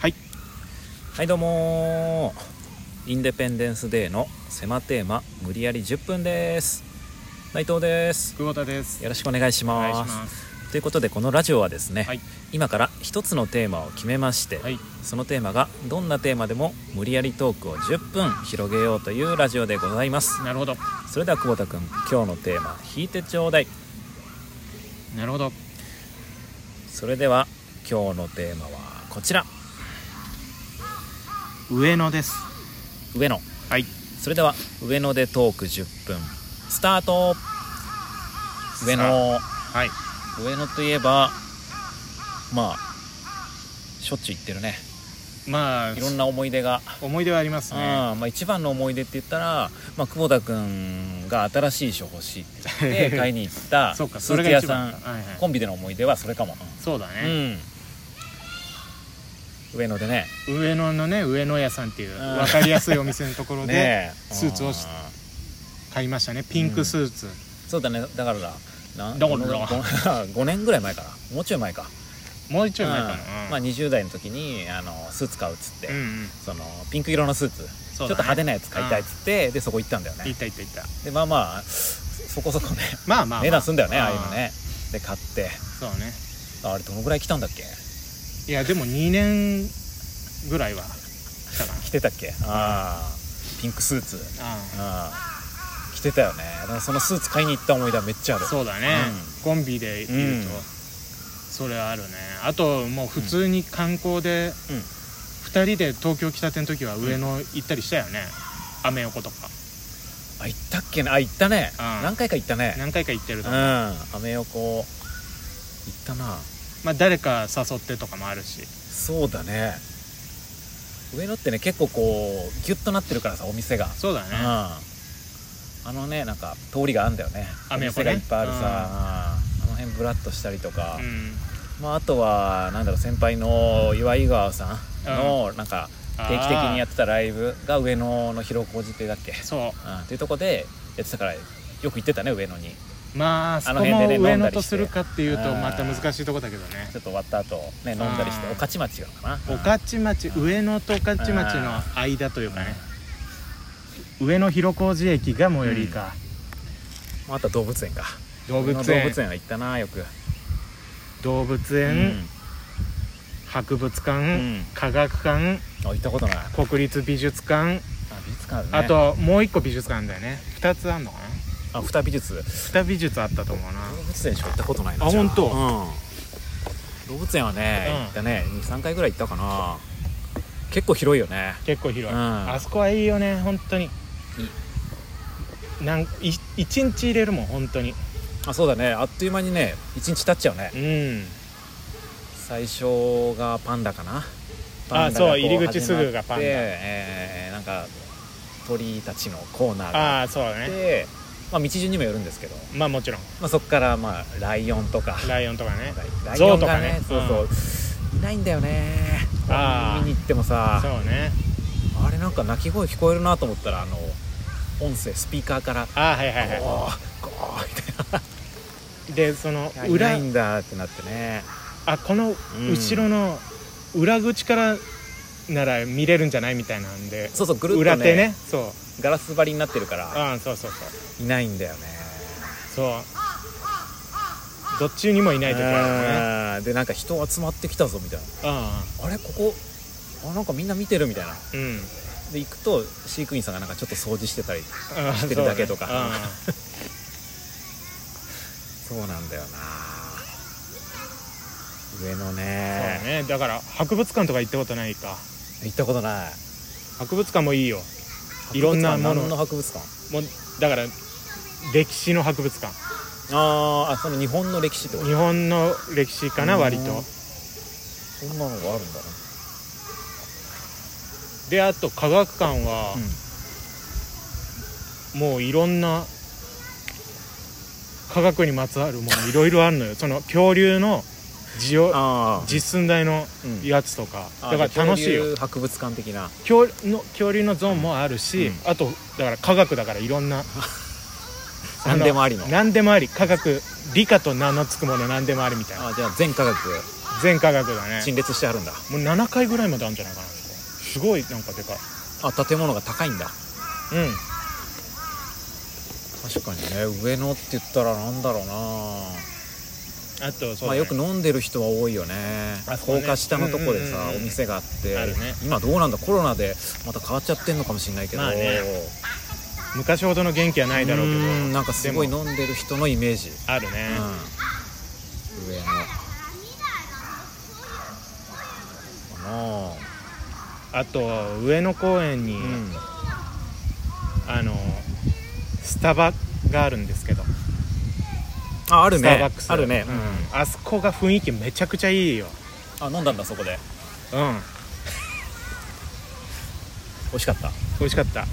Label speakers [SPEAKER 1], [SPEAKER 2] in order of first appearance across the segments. [SPEAKER 1] はい
[SPEAKER 2] はいどうもーインデペンデンスデーの狭テーマ無理やり10分です内藤です
[SPEAKER 1] 久保田です
[SPEAKER 2] よろしくお願いし
[SPEAKER 1] お願い
[SPEAKER 2] ま
[SPEAKER 1] し
[SPEAKER 2] す
[SPEAKER 1] ます
[SPEAKER 2] ということでこのラジオはですね、
[SPEAKER 1] はい
[SPEAKER 2] 今から一つのテーマを決めまして、
[SPEAKER 1] はい
[SPEAKER 2] そのテーマがどんなテーマでも無理やりトークを10分広げようというラジオでございます
[SPEAKER 1] なるほど
[SPEAKER 2] それでは久保田君今日のテーマ引いてちょうだい
[SPEAKER 1] なるほど
[SPEAKER 2] それでは今日のテーマはこちら
[SPEAKER 1] 上野です
[SPEAKER 2] 上野
[SPEAKER 1] はい
[SPEAKER 2] それでは上野でトーク10分スタート上野
[SPEAKER 1] はい
[SPEAKER 2] 上野といえばまあしょっちゅう行ってるね
[SPEAKER 1] まあ
[SPEAKER 2] いろんな思い出が、
[SPEAKER 1] 思い出はあります
[SPEAKER 2] うん
[SPEAKER 1] ね
[SPEAKER 2] まあ、一番の思い出って言ったら、まあ、久保田君が新しい書欲しいって言 って買いに行ったス
[SPEAKER 1] そうかそ
[SPEAKER 2] ー
[SPEAKER 1] れ
[SPEAKER 2] ツ
[SPEAKER 1] が
[SPEAKER 2] 屋
[SPEAKER 1] 一
[SPEAKER 2] さ
[SPEAKER 1] 番
[SPEAKER 2] ん
[SPEAKER 1] だはいはい
[SPEAKER 2] コンビでの思い出はそれかも、
[SPEAKER 1] そうだ
[SPEAKER 2] う
[SPEAKER 1] ね
[SPEAKER 2] ん、上野でね
[SPEAKER 1] 上野のね上野屋さんっていう
[SPEAKER 2] うん
[SPEAKER 1] 分かりやすいお店のとこ ろで
[SPEAKER 2] ねえ
[SPEAKER 1] スーツをし
[SPEAKER 2] うん
[SPEAKER 1] 買いましたねピンクスーツ
[SPEAKER 2] そうだねだからな
[SPEAKER 1] だから
[SPEAKER 2] 5年ぐらい前からもうちょい前か
[SPEAKER 1] もう一応前か
[SPEAKER 2] うんま
[SPEAKER 1] な
[SPEAKER 2] あ、20代の時にあのスーツ買うっつって、
[SPEAKER 1] うんうん
[SPEAKER 2] そのピンク色のスーツ、ちょ
[SPEAKER 1] そ
[SPEAKER 2] っ
[SPEAKER 1] うだね
[SPEAKER 2] と派手なやつ買いたいっつって、でそこ行ったんだよ
[SPEAKER 1] い
[SPEAKER 2] ね
[SPEAKER 1] ったいったいった
[SPEAKER 2] でまあまあそこそこね
[SPEAKER 1] まあまあ
[SPEAKER 2] 値段すんだよねああいうの
[SPEAKER 1] ん
[SPEAKER 2] ねで買って
[SPEAKER 1] そうね
[SPEAKER 2] あれどのぐらい来たんだっけ
[SPEAKER 1] いやでも2年ぐらいは来たかな
[SPEAKER 2] 着てたっけああピンクスーツ
[SPEAKER 1] あ
[SPEAKER 2] ああ着てたよねだからそのスーツ買いに行った思い出はめっちゃある
[SPEAKER 1] そうだね、コンビでいると、
[SPEAKER 2] うん
[SPEAKER 1] それはあるねあともう普通に観光で、
[SPEAKER 2] うん
[SPEAKER 1] 2人で東京来たての時は上野行ったりしたよね、アメ横とか
[SPEAKER 2] あ行ったっけなあ行ったね、
[SPEAKER 1] うん
[SPEAKER 2] 何回か行ったね
[SPEAKER 1] 何回か行ってると
[SPEAKER 2] うん
[SPEAKER 1] か、
[SPEAKER 2] アメ横行ったな
[SPEAKER 1] まあ誰か誘ってとかもあるし
[SPEAKER 2] そうだね上野ってね結構こうギュッとなってるからさお店が、
[SPEAKER 1] そうだ
[SPEAKER 2] う
[SPEAKER 1] ね
[SPEAKER 2] ん、あのねなんか通りがあんだよね
[SPEAKER 1] アメ
[SPEAKER 2] お
[SPEAKER 1] 横
[SPEAKER 2] 店
[SPEAKER 1] ね
[SPEAKER 2] がいっぱいあるさ、うんあの辺ブラッとしたりとか、
[SPEAKER 1] うん
[SPEAKER 2] まあ、あとはなんだろう先輩の岩井川さんのなんか定期的にや
[SPEAKER 1] っ
[SPEAKER 2] ってたライブが上野の広小路亭だっけ、
[SPEAKER 1] そ
[SPEAKER 2] うん、っていうとこでやってたからよく行ってたね上野に
[SPEAKER 1] うまああそこ
[SPEAKER 2] あの
[SPEAKER 1] も
[SPEAKER 2] 辺でね
[SPEAKER 1] 上
[SPEAKER 2] 飲んだ
[SPEAKER 1] 野
[SPEAKER 2] りして
[SPEAKER 1] とするかっていうと
[SPEAKER 2] うん
[SPEAKER 1] また難しいとこだけどね
[SPEAKER 2] ちょっと終わった後ね飲んだりして
[SPEAKER 1] うん
[SPEAKER 2] 御徒町がかな
[SPEAKER 1] 御徒町
[SPEAKER 2] うん
[SPEAKER 1] 上野と御徒町の間というかね上野広小路駅が最寄りか、
[SPEAKER 2] まああとは動物園か
[SPEAKER 1] 動物園
[SPEAKER 2] 上野動物園は行ったなよく
[SPEAKER 1] 動物園、博物
[SPEAKER 2] う
[SPEAKER 1] 館、
[SPEAKER 2] ん
[SPEAKER 1] 科学館
[SPEAKER 2] あ行ったことないあ
[SPEAKER 1] 国立美術館、
[SPEAKER 2] 美術館ある
[SPEAKER 1] あ
[SPEAKER 2] ね
[SPEAKER 1] ともう一個美術館だよね2つあんのかな
[SPEAKER 2] あ二美術動
[SPEAKER 1] 2美術あったと思うな
[SPEAKER 2] 物園しか行ったことないな
[SPEAKER 1] あ
[SPEAKER 2] じゃ
[SPEAKER 1] 本当
[SPEAKER 2] うん動物園はね
[SPEAKER 1] うん
[SPEAKER 2] 行ったね23回ぐらい行ったかな結構広いよね
[SPEAKER 1] 結構広い、
[SPEAKER 2] うん
[SPEAKER 1] あそこはいいよね本当になんい1日入れるもん本当に
[SPEAKER 2] あそうだねあっという間にね一日経っちゃうね
[SPEAKER 1] うん
[SPEAKER 2] 最初がパンダかな
[SPEAKER 1] あそう
[SPEAKER 2] パンダがこ
[SPEAKER 1] 入り口すぐがパンダ
[SPEAKER 2] 始まってえーなんか鳥たちのコーナーがあ
[SPEAKER 1] ああそうだ
[SPEAKER 2] っ
[SPEAKER 1] ね
[SPEAKER 2] てまあ道順にもよるんですけど
[SPEAKER 1] まあもちろん
[SPEAKER 2] まあそこからまあライオンとか
[SPEAKER 1] ライオンとかね
[SPEAKER 2] ライ
[SPEAKER 1] ゾ
[SPEAKER 2] オ
[SPEAKER 1] ウ
[SPEAKER 2] ン
[SPEAKER 1] とか
[SPEAKER 2] が
[SPEAKER 1] ね
[SPEAKER 2] ねそうそう、いないんだよね
[SPEAKER 1] あー
[SPEAKER 2] 見に行ってもさ
[SPEAKER 1] そうね
[SPEAKER 2] あれなんか鳴き声聞こえるなと思ったらあの音声スピーカーから
[SPEAKER 1] ああはい
[SPEAKER 2] 「
[SPEAKER 1] はいは
[SPEAKER 2] ゴーゴー」みたい
[SPEAKER 1] いでその
[SPEAKER 2] な「いな
[SPEAKER 1] 裏
[SPEAKER 2] いんだ」ってなってね
[SPEAKER 1] あこの
[SPEAKER 2] うん
[SPEAKER 1] 後ろの裏口からなら見れるんじゃないみたいなんで
[SPEAKER 2] そうそうぐるっと、ね、
[SPEAKER 1] 裏手ねそう
[SPEAKER 2] ガラス張りになってるから
[SPEAKER 1] ああそうそうそう
[SPEAKER 2] いないんだよね
[SPEAKER 1] そうどっちにもいない時あ
[SPEAKER 2] うんでなんか人集まってきたぞみたいな
[SPEAKER 1] るよね
[SPEAKER 2] 「あれここあなんかみんな見てる」みたいな
[SPEAKER 1] うんうん
[SPEAKER 2] で行くと飼育員さんがなんかちょっと掃除してたり
[SPEAKER 1] ああ
[SPEAKER 2] 知ってるだけとか
[SPEAKER 1] そうね
[SPEAKER 2] そうなんだよな上の
[SPEAKER 1] うん
[SPEAKER 2] ね
[SPEAKER 1] そうねだから博物館とか行ったことないか
[SPEAKER 2] 行ったことない
[SPEAKER 1] 博物館もいいよいろんなもの
[SPEAKER 2] 博物館何
[SPEAKER 1] も
[SPEAKER 2] の博物館
[SPEAKER 1] うだから歴史の博物館
[SPEAKER 2] あーあその日本の歴史ってこと
[SPEAKER 1] 日本の歴史かな
[SPEAKER 2] うん
[SPEAKER 1] 割と
[SPEAKER 2] そんなのがあるんだね
[SPEAKER 1] であと科学館は
[SPEAKER 2] うん
[SPEAKER 1] もういろんな科学にまつわるものいろいろあるのよその恐竜のジオ
[SPEAKER 2] あー
[SPEAKER 1] 実寸大の
[SPEAKER 2] うん
[SPEAKER 1] やつとか
[SPEAKER 2] あ
[SPEAKER 1] だから楽しいよ
[SPEAKER 2] 恐竜博物館的な
[SPEAKER 1] 恐竜の恐竜のゾーンもあるし、
[SPEAKER 2] うん
[SPEAKER 1] あとだから科学だからいろんなあ
[SPEAKER 2] 何でもありの
[SPEAKER 1] 何でもあり科学理科と名の付くもの何でもありみたいな
[SPEAKER 2] あーじゃあ全科学
[SPEAKER 1] 全科学だね
[SPEAKER 2] 陳列してあるんだ
[SPEAKER 1] もう7階ぐらいまであるんじゃないかなそこすごいなんかでかい
[SPEAKER 2] あ建物が高いんだ
[SPEAKER 1] うん
[SPEAKER 2] 確かにね上野って言ったらなんだろうな
[SPEAKER 1] あとそう、ね
[SPEAKER 2] まあ、よく飲んでる人は多いよね
[SPEAKER 1] あそこね
[SPEAKER 2] 高架下のとこでさ、
[SPEAKER 1] うんうんうんうん
[SPEAKER 2] お店があって
[SPEAKER 1] あるね
[SPEAKER 2] 今どうなんだコロナでまた変わっちゃってんのかもしれないけど、
[SPEAKER 1] まあね昔ほどの元気はないだろうけど
[SPEAKER 2] んなんかすごい
[SPEAKER 1] でも
[SPEAKER 2] 飲んでる人のイメージ、
[SPEAKER 1] あるね、
[SPEAKER 2] うん、上野か
[SPEAKER 1] あと上野公園に、
[SPEAKER 2] なうん
[SPEAKER 1] あのスタバがあるんですけど
[SPEAKER 2] あある
[SPEAKER 1] スターバ
[SPEAKER 2] ね
[SPEAKER 1] ックス
[SPEAKER 2] あるね、
[SPEAKER 1] うんあそこが雰囲気めちゃくちゃいいよ
[SPEAKER 2] うんあ飲んだんだそこで
[SPEAKER 1] うん
[SPEAKER 2] 美味しかった
[SPEAKER 1] 美味しかった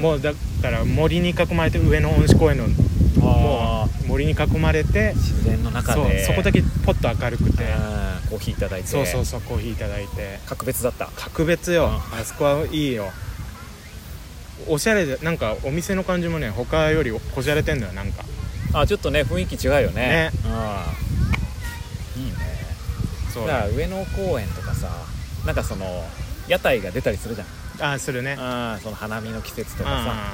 [SPEAKER 1] もうだから森に囲まれて上野恩賜公園のも
[SPEAKER 2] も
[SPEAKER 1] う森に囲まれて
[SPEAKER 2] う自然の中
[SPEAKER 1] そう
[SPEAKER 2] で
[SPEAKER 1] そこだ
[SPEAKER 2] け
[SPEAKER 1] けポッと明るくて
[SPEAKER 2] コーヒーいただいて
[SPEAKER 1] そうそうそうコーヒーいただいて
[SPEAKER 2] 格別だった
[SPEAKER 1] 格別よ、
[SPEAKER 2] う
[SPEAKER 1] あそこはいいよおしゃれでなんかお店の感じもね他よりこじゃれてんだよなんか
[SPEAKER 2] あちょっとね雰囲気違うよね
[SPEAKER 1] ね
[SPEAKER 2] うんいいね
[SPEAKER 1] そ
[SPEAKER 2] だ
[SPEAKER 1] う
[SPEAKER 2] から上野公園とかさなんかその屋台が出たりするじゃん
[SPEAKER 1] あするね
[SPEAKER 2] あーその花見の季節とかさだか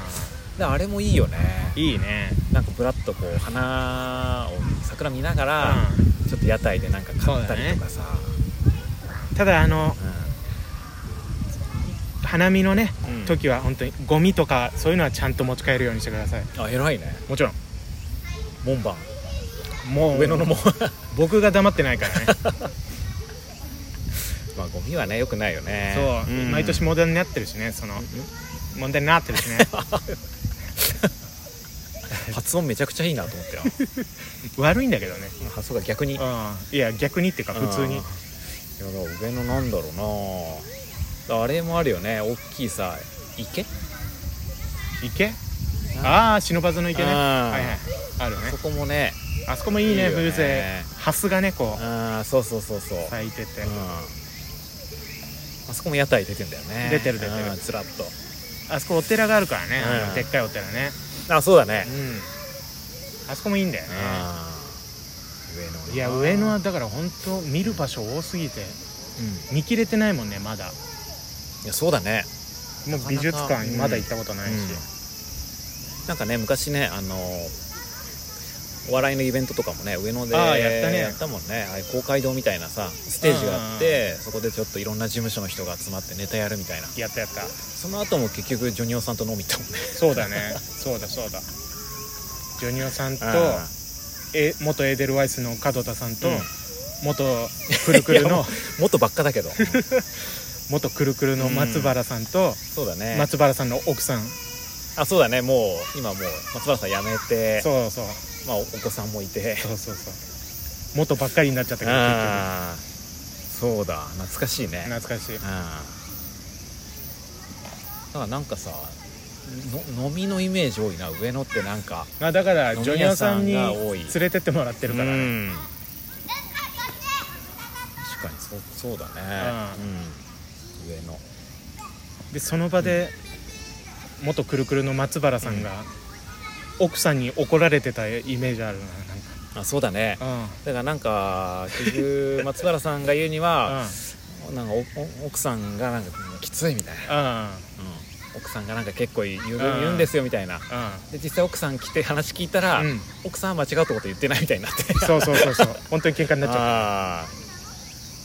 [SPEAKER 1] あ
[SPEAKER 2] らあれもいいよね
[SPEAKER 1] いいね
[SPEAKER 2] なんかぶらっとこう花を桜見ながら、
[SPEAKER 1] う
[SPEAKER 2] ちょっと屋台でなんか買ったりとかさ
[SPEAKER 1] んただあの花見のね、
[SPEAKER 2] うん
[SPEAKER 1] 時は本当にゴミとかそういうのはちゃんと持ち帰るようにしてください
[SPEAKER 2] うんあ偉いね
[SPEAKER 1] もちろん
[SPEAKER 2] 門番
[SPEAKER 1] もう
[SPEAKER 2] 上野の門
[SPEAKER 1] 僕が黙ってない からね
[SPEAKER 2] まあゴミはねよくないよね
[SPEAKER 1] そう、
[SPEAKER 2] ん
[SPEAKER 1] 毎年問題になってるしねその問題になってるしね
[SPEAKER 2] 発音めちゃくちゃいいなと思っ たよ
[SPEAKER 1] 悪いんだけどね
[SPEAKER 2] 発想が逆に
[SPEAKER 1] うんいや逆にっていうか普通に
[SPEAKER 2] いやだから上のなんだろうなだからあれもあるよね大きいさ池
[SPEAKER 1] 池ああ忍ばずの池ね
[SPEAKER 2] うん
[SPEAKER 1] はいはいあるね
[SPEAKER 2] そこもね
[SPEAKER 1] あそこもいいね
[SPEAKER 2] いいよね
[SPEAKER 1] 風情ハスがねこ
[SPEAKER 2] あそうそうそうそう、
[SPEAKER 1] う咲いてて、
[SPEAKER 2] うんあそこも屋台出てんだよね
[SPEAKER 1] 出てる出てる
[SPEAKER 2] うんずらっ
[SPEAKER 1] あそこお寺があるからね、あの
[SPEAKER 2] うん
[SPEAKER 1] でっかいお寺ね
[SPEAKER 2] とあそうだね
[SPEAKER 1] あそこもいいんだよね
[SPEAKER 2] うん
[SPEAKER 1] い
[SPEAKER 2] 上
[SPEAKER 1] や
[SPEAKER 2] 野
[SPEAKER 1] 上野はだから本当見る場所多すぎて
[SPEAKER 2] うん
[SPEAKER 1] 見切れてないもんねまだ
[SPEAKER 2] いやそうだね
[SPEAKER 1] もう美術館まだ行ったことないし、
[SPEAKER 2] なんかね昔ねあのお笑いのイベントとかもね上野で
[SPEAKER 1] あーやったね
[SPEAKER 2] もんねああいう公会堂みたいなさステージがあってそこでちょっといろんな事務所の人が集まってネタやるみたいな
[SPEAKER 1] やったやった
[SPEAKER 2] その後も結局ジョニオさんと飲み行ったもんね
[SPEAKER 1] そう だねそうだそうだジョニオさんと
[SPEAKER 2] う
[SPEAKER 1] え元エーデルワイスの門田さんと、
[SPEAKER 2] うん
[SPEAKER 1] 元くるくる
[SPEAKER 2] いやも
[SPEAKER 1] の
[SPEAKER 2] んもっとばっかだけ ど
[SPEAKER 1] 元くるくるの松原さんと、
[SPEAKER 2] そうだね
[SPEAKER 1] 松原さんの奥さん、
[SPEAKER 2] あそうだねもう今もう松原さん辞めて
[SPEAKER 1] そうそう
[SPEAKER 2] まあおお子さんもいて
[SPEAKER 1] そうそうそう元ばっかりになっちゃったけど結
[SPEAKER 2] あーそうだ懐かしいね
[SPEAKER 1] 局懐かしい
[SPEAKER 2] うんだからなんかさの飲みのイメージ多いな上野ってなんか
[SPEAKER 1] まあだから
[SPEAKER 2] 飲
[SPEAKER 1] ジョ
[SPEAKER 2] み
[SPEAKER 1] ニオさ
[SPEAKER 2] 屋さ
[SPEAKER 1] ん
[SPEAKER 2] ん
[SPEAKER 1] に
[SPEAKER 2] が
[SPEAKER 1] 連
[SPEAKER 2] 多い
[SPEAKER 1] れてってもらってるからね、
[SPEAKER 2] うん確かにそうそうだね、うん、上野
[SPEAKER 1] でその場で元くるくるの松原さんが、奥さんに怒られてたイメージあるなな
[SPEAKER 2] あそうだね
[SPEAKER 1] んか
[SPEAKER 2] だからなんか結 局松原さんが言うに
[SPEAKER 1] うん
[SPEAKER 2] は、なんかおお奥さんがなんかきついみたいな、
[SPEAKER 1] うん
[SPEAKER 2] うん、奥さんがなんか結構言う,、
[SPEAKER 1] ん
[SPEAKER 2] 言うんですよみたいな
[SPEAKER 1] う
[SPEAKER 2] で実際奥さん来て話聞いたら、
[SPEAKER 1] んうん
[SPEAKER 2] 奥さんは間違ったこと言ってないみたいに なって
[SPEAKER 1] そうそうそうそう本当に喧嘩になっちゃっ
[SPEAKER 2] あ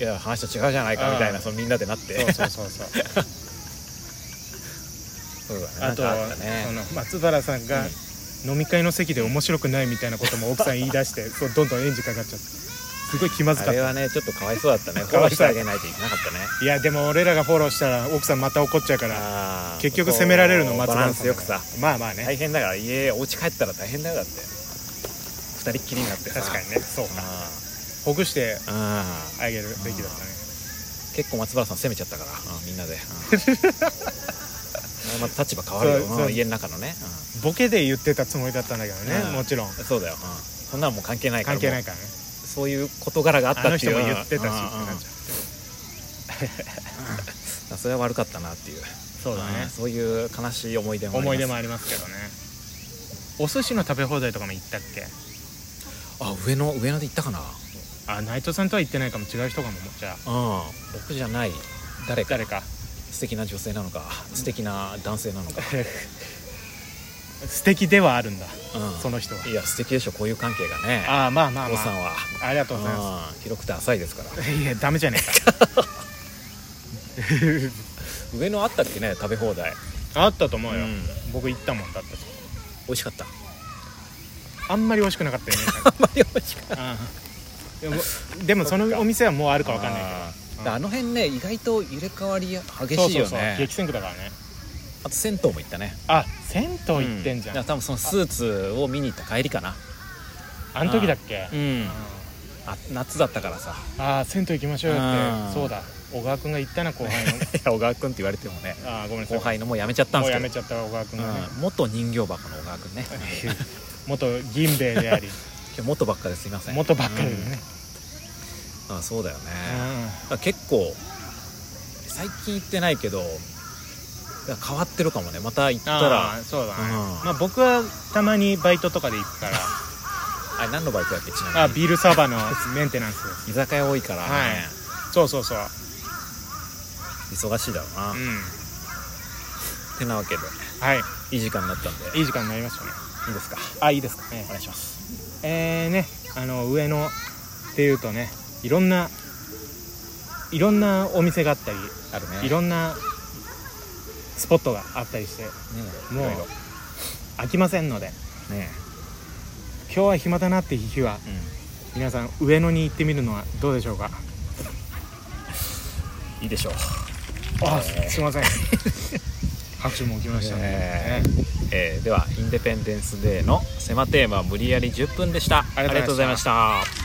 [SPEAKER 2] ーいや話と違うじゃないかみたい
[SPEAKER 1] あ
[SPEAKER 2] な
[SPEAKER 1] ー
[SPEAKER 2] そのみんなでなって
[SPEAKER 1] たそうそうそうそう
[SPEAKER 2] そうだね
[SPEAKER 1] あと
[SPEAKER 2] な
[SPEAKER 1] は
[SPEAKER 2] んかあった
[SPEAKER 1] そ
[SPEAKER 2] ね
[SPEAKER 1] の松原さんが
[SPEAKER 2] うん
[SPEAKER 1] 飲み会の席で面白くないみたいなことも奥さん言い出して そうどんどんエンジンかかっちゃってすごい気まず
[SPEAKER 2] あ
[SPEAKER 1] かっ
[SPEAKER 2] れ
[SPEAKER 1] た
[SPEAKER 2] はねちょっとかわいそうだったねフ
[SPEAKER 1] か
[SPEAKER 2] ォロ
[SPEAKER 1] わいそう
[SPEAKER 2] ーしてあげないといけなかったね
[SPEAKER 1] いやでも俺らがフォローしたら奥さんまた怒っちゃうから
[SPEAKER 2] あー
[SPEAKER 1] 結局責められるの松
[SPEAKER 2] バラ
[SPEAKER 1] 原
[SPEAKER 2] ン
[SPEAKER 1] さ
[SPEAKER 2] ス
[SPEAKER 1] ん
[SPEAKER 2] よくさ
[SPEAKER 1] まあまあね、
[SPEAKER 2] 大変だから家お家帰ったら大変だよだって二人っきりになってさ
[SPEAKER 1] 確かにねそうか
[SPEAKER 2] あ
[SPEAKER 1] ほぐして
[SPEAKER 2] ーあー
[SPEAKER 1] あげるべきだったね
[SPEAKER 2] 結構松原さん攻めちゃったからうんみんなでうん また立場変わるよ
[SPEAKER 1] そうそう
[SPEAKER 2] うん家の中のね
[SPEAKER 1] ボケで言ってたつもりだったんだけどね
[SPEAKER 2] うん
[SPEAKER 1] もちろん
[SPEAKER 2] うんそうだようんそんなのもう関係ないから
[SPEAKER 1] 関係ない
[SPEAKER 2] も
[SPEAKER 1] からね
[SPEAKER 2] うそういう事柄があっ
[SPEAKER 1] あ
[SPEAKER 2] た
[SPEAKER 1] の
[SPEAKER 2] ってい
[SPEAKER 1] 人
[SPEAKER 2] う
[SPEAKER 1] も言ってたしってなっ
[SPEAKER 2] うんうんうん
[SPEAKER 1] ちゃう
[SPEAKER 2] あそれは悪かったなっていう
[SPEAKER 1] そ
[SPEAKER 2] んそういう悲しい思い出もありま
[SPEAKER 1] 思
[SPEAKER 2] す
[SPEAKER 1] い出もありますけどねお寿司の食べ放題とかも行ったっけ
[SPEAKER 2] あ上野上野で行ったかな
[SPEAKER 1] あ内藤さんとは言ってないかも違う人かもじゃあ
[SPEAKER 2] うん僕じゃない誰か
[SPEAKER 1] 誰か
[SPEAKER 2] 素敵な女性なのか素敵な男性な のか、
[SPEAKER 1] 素敵ではあるんだ
[SPEAKER 2] うん、
[SPEAKER 1] その人はい
[SPEAKER 2] や素敵でしょこういう関係がね
[SPEAKER 1] ああまあまあ
[SPEAKER 2] お
[SPEAKER 1] ま
[SPEAKER 2] 父さん
[SPEAKER 1] あ
[SPEAKER 2] は
[SPEAKER 1] ありがとうございま
[SPEAKER 2] うん広くて浅いですから
[SPEAKER 1] すいやダメじゃね え
[SPEAKER 2] 上野あったっけね食べ放題、
[SPEAKER 1] かあったと思
[SPEAKER 2] う
[SPEAKER 1] うよ、
[SPEAKER 2] ん、
[SPEAKER 1] 僕行ったもんだって
[SPEAKER 2] 美味しかった
[SPEAKER 1] あんまり美味しくなかったよね
[SPEAKER 2] あんまり美味しくない
[SPEAKER 1] うんでもでもそのお店はもうあるかわかんない
[SPEAKER 2] あ
[SPEAKER 1] けど、
[SPEAKER 2] ーあの辺ね意外と入れ替わり激
[SPEAKER 1] そう
[SPEAKER 2] しい
[SPEAKER 1] そ
[SPEAKER 2] よ
[SPEAKER 1] うそう
[SPEAKER 2] ね
[SPEAKER 1] 激戦区だからね
[SPEAKER 2] あと銭湯も行ったね
[SPEAKER 1] あ銭湯行ってんじゃん、
[SPEAKER 2] うだから多分そのスーツを見に行った帰りかな
[SPEAKER 1] あの時だっけ
[SPEAKER 2] うんあ夏だったからさ
[SPEAKER 1] ああ銭湯行きましょうよっ
[SPEAKER 2] あー
[SPEAKER 1] てそうだ小川君が言ったな後輩の
[SPEAKER 2] 小川君って言われてもね
[SPEAKER 1] ああごめんなさい
[SPEAKER 2] 後輩のもうやめちゃったん
[SPEAKER 1] も
[SPEAKER 2] で
[SPEAKER 1] う
[SPEAKER 2] す
[SPEAKER 1] や
[SPEAKER 2] け
[SPEAKER 1] め
[SPEAKER 2] ど
[SPEAKER 1] ちゃった小川君がね、
[SPEAKER 2] うん元人形箱の小川君ね
[SPEAKER 1] 元銀兵衛であり
[SPEAKER 2] 今日元ばっかですいません
[SPEAKER 1] 元ばっかりでね、
[SPEAKER 2] うんあそうだよね
[SPEAKER 1] うん
[SPEAKER 2] だから結構最近行ってないけどだから変わってるかもねまた行ったら
[SPEAKER 1] あーそうだね、
[SPEAKER 2] うん
[SPEAKER 1] まあ僕はたまにバイトとかで行くから
[SPEAKER 2] あれ何のバイトだっけちなみ に
[SPEAKER 1] あビールサーバーのメンテナンスです
[SPEAKER 2] 居酒屋多いからね、
[SPEAKER 1] はいそうそうそう
[SPEAKER 2] 忙しいだろうな、
[SPEAKER 1] う
[SPEAKER 2] っ
[SPEAKER 1] ん
[SPEAKER 2] てなわけで
[SPEAKER 1] はい
[SPEAKER 2] いい時間になったんでい
[SPEAKER 1] いい時間になりましたね
[SPEAKER 2] いですか
[SPEAKER 1] あいいですかね
[SPEAKER 2] お願いします
[SPEAKER 1] えー、ねあの上野っていうとねいろんないろんなお店があったり
[SPEAKER 2] あるね
[SPEAKER 1] いろんなスポットがあったりして
[SPEAKER 2] ね
[SPEAKER 1] もう
[SPEAKER 2] いろい
[SPEAKER 1] 飽きませんので
[SPEAKER 2] ろね
[SPEAKER 1] 今日は暇だなって日は
[SPEAKER 2] う
[SPEAKER 1] 皆さん上野に行ってみるのはどうでしょうか
[SPEAKER 2] んいいでしょう
[SPEAKER 1] あ
[SPEAKER 2] はい
[SPEAKER 1] すいません拍手も起きましたね
[SPEAKER 2] ねえーではインデペンデンスデーの狭テーマ無理やり10分でした
[SPEAKER 1] ありがとうございました
[SPEAKER 2] ありがとうございました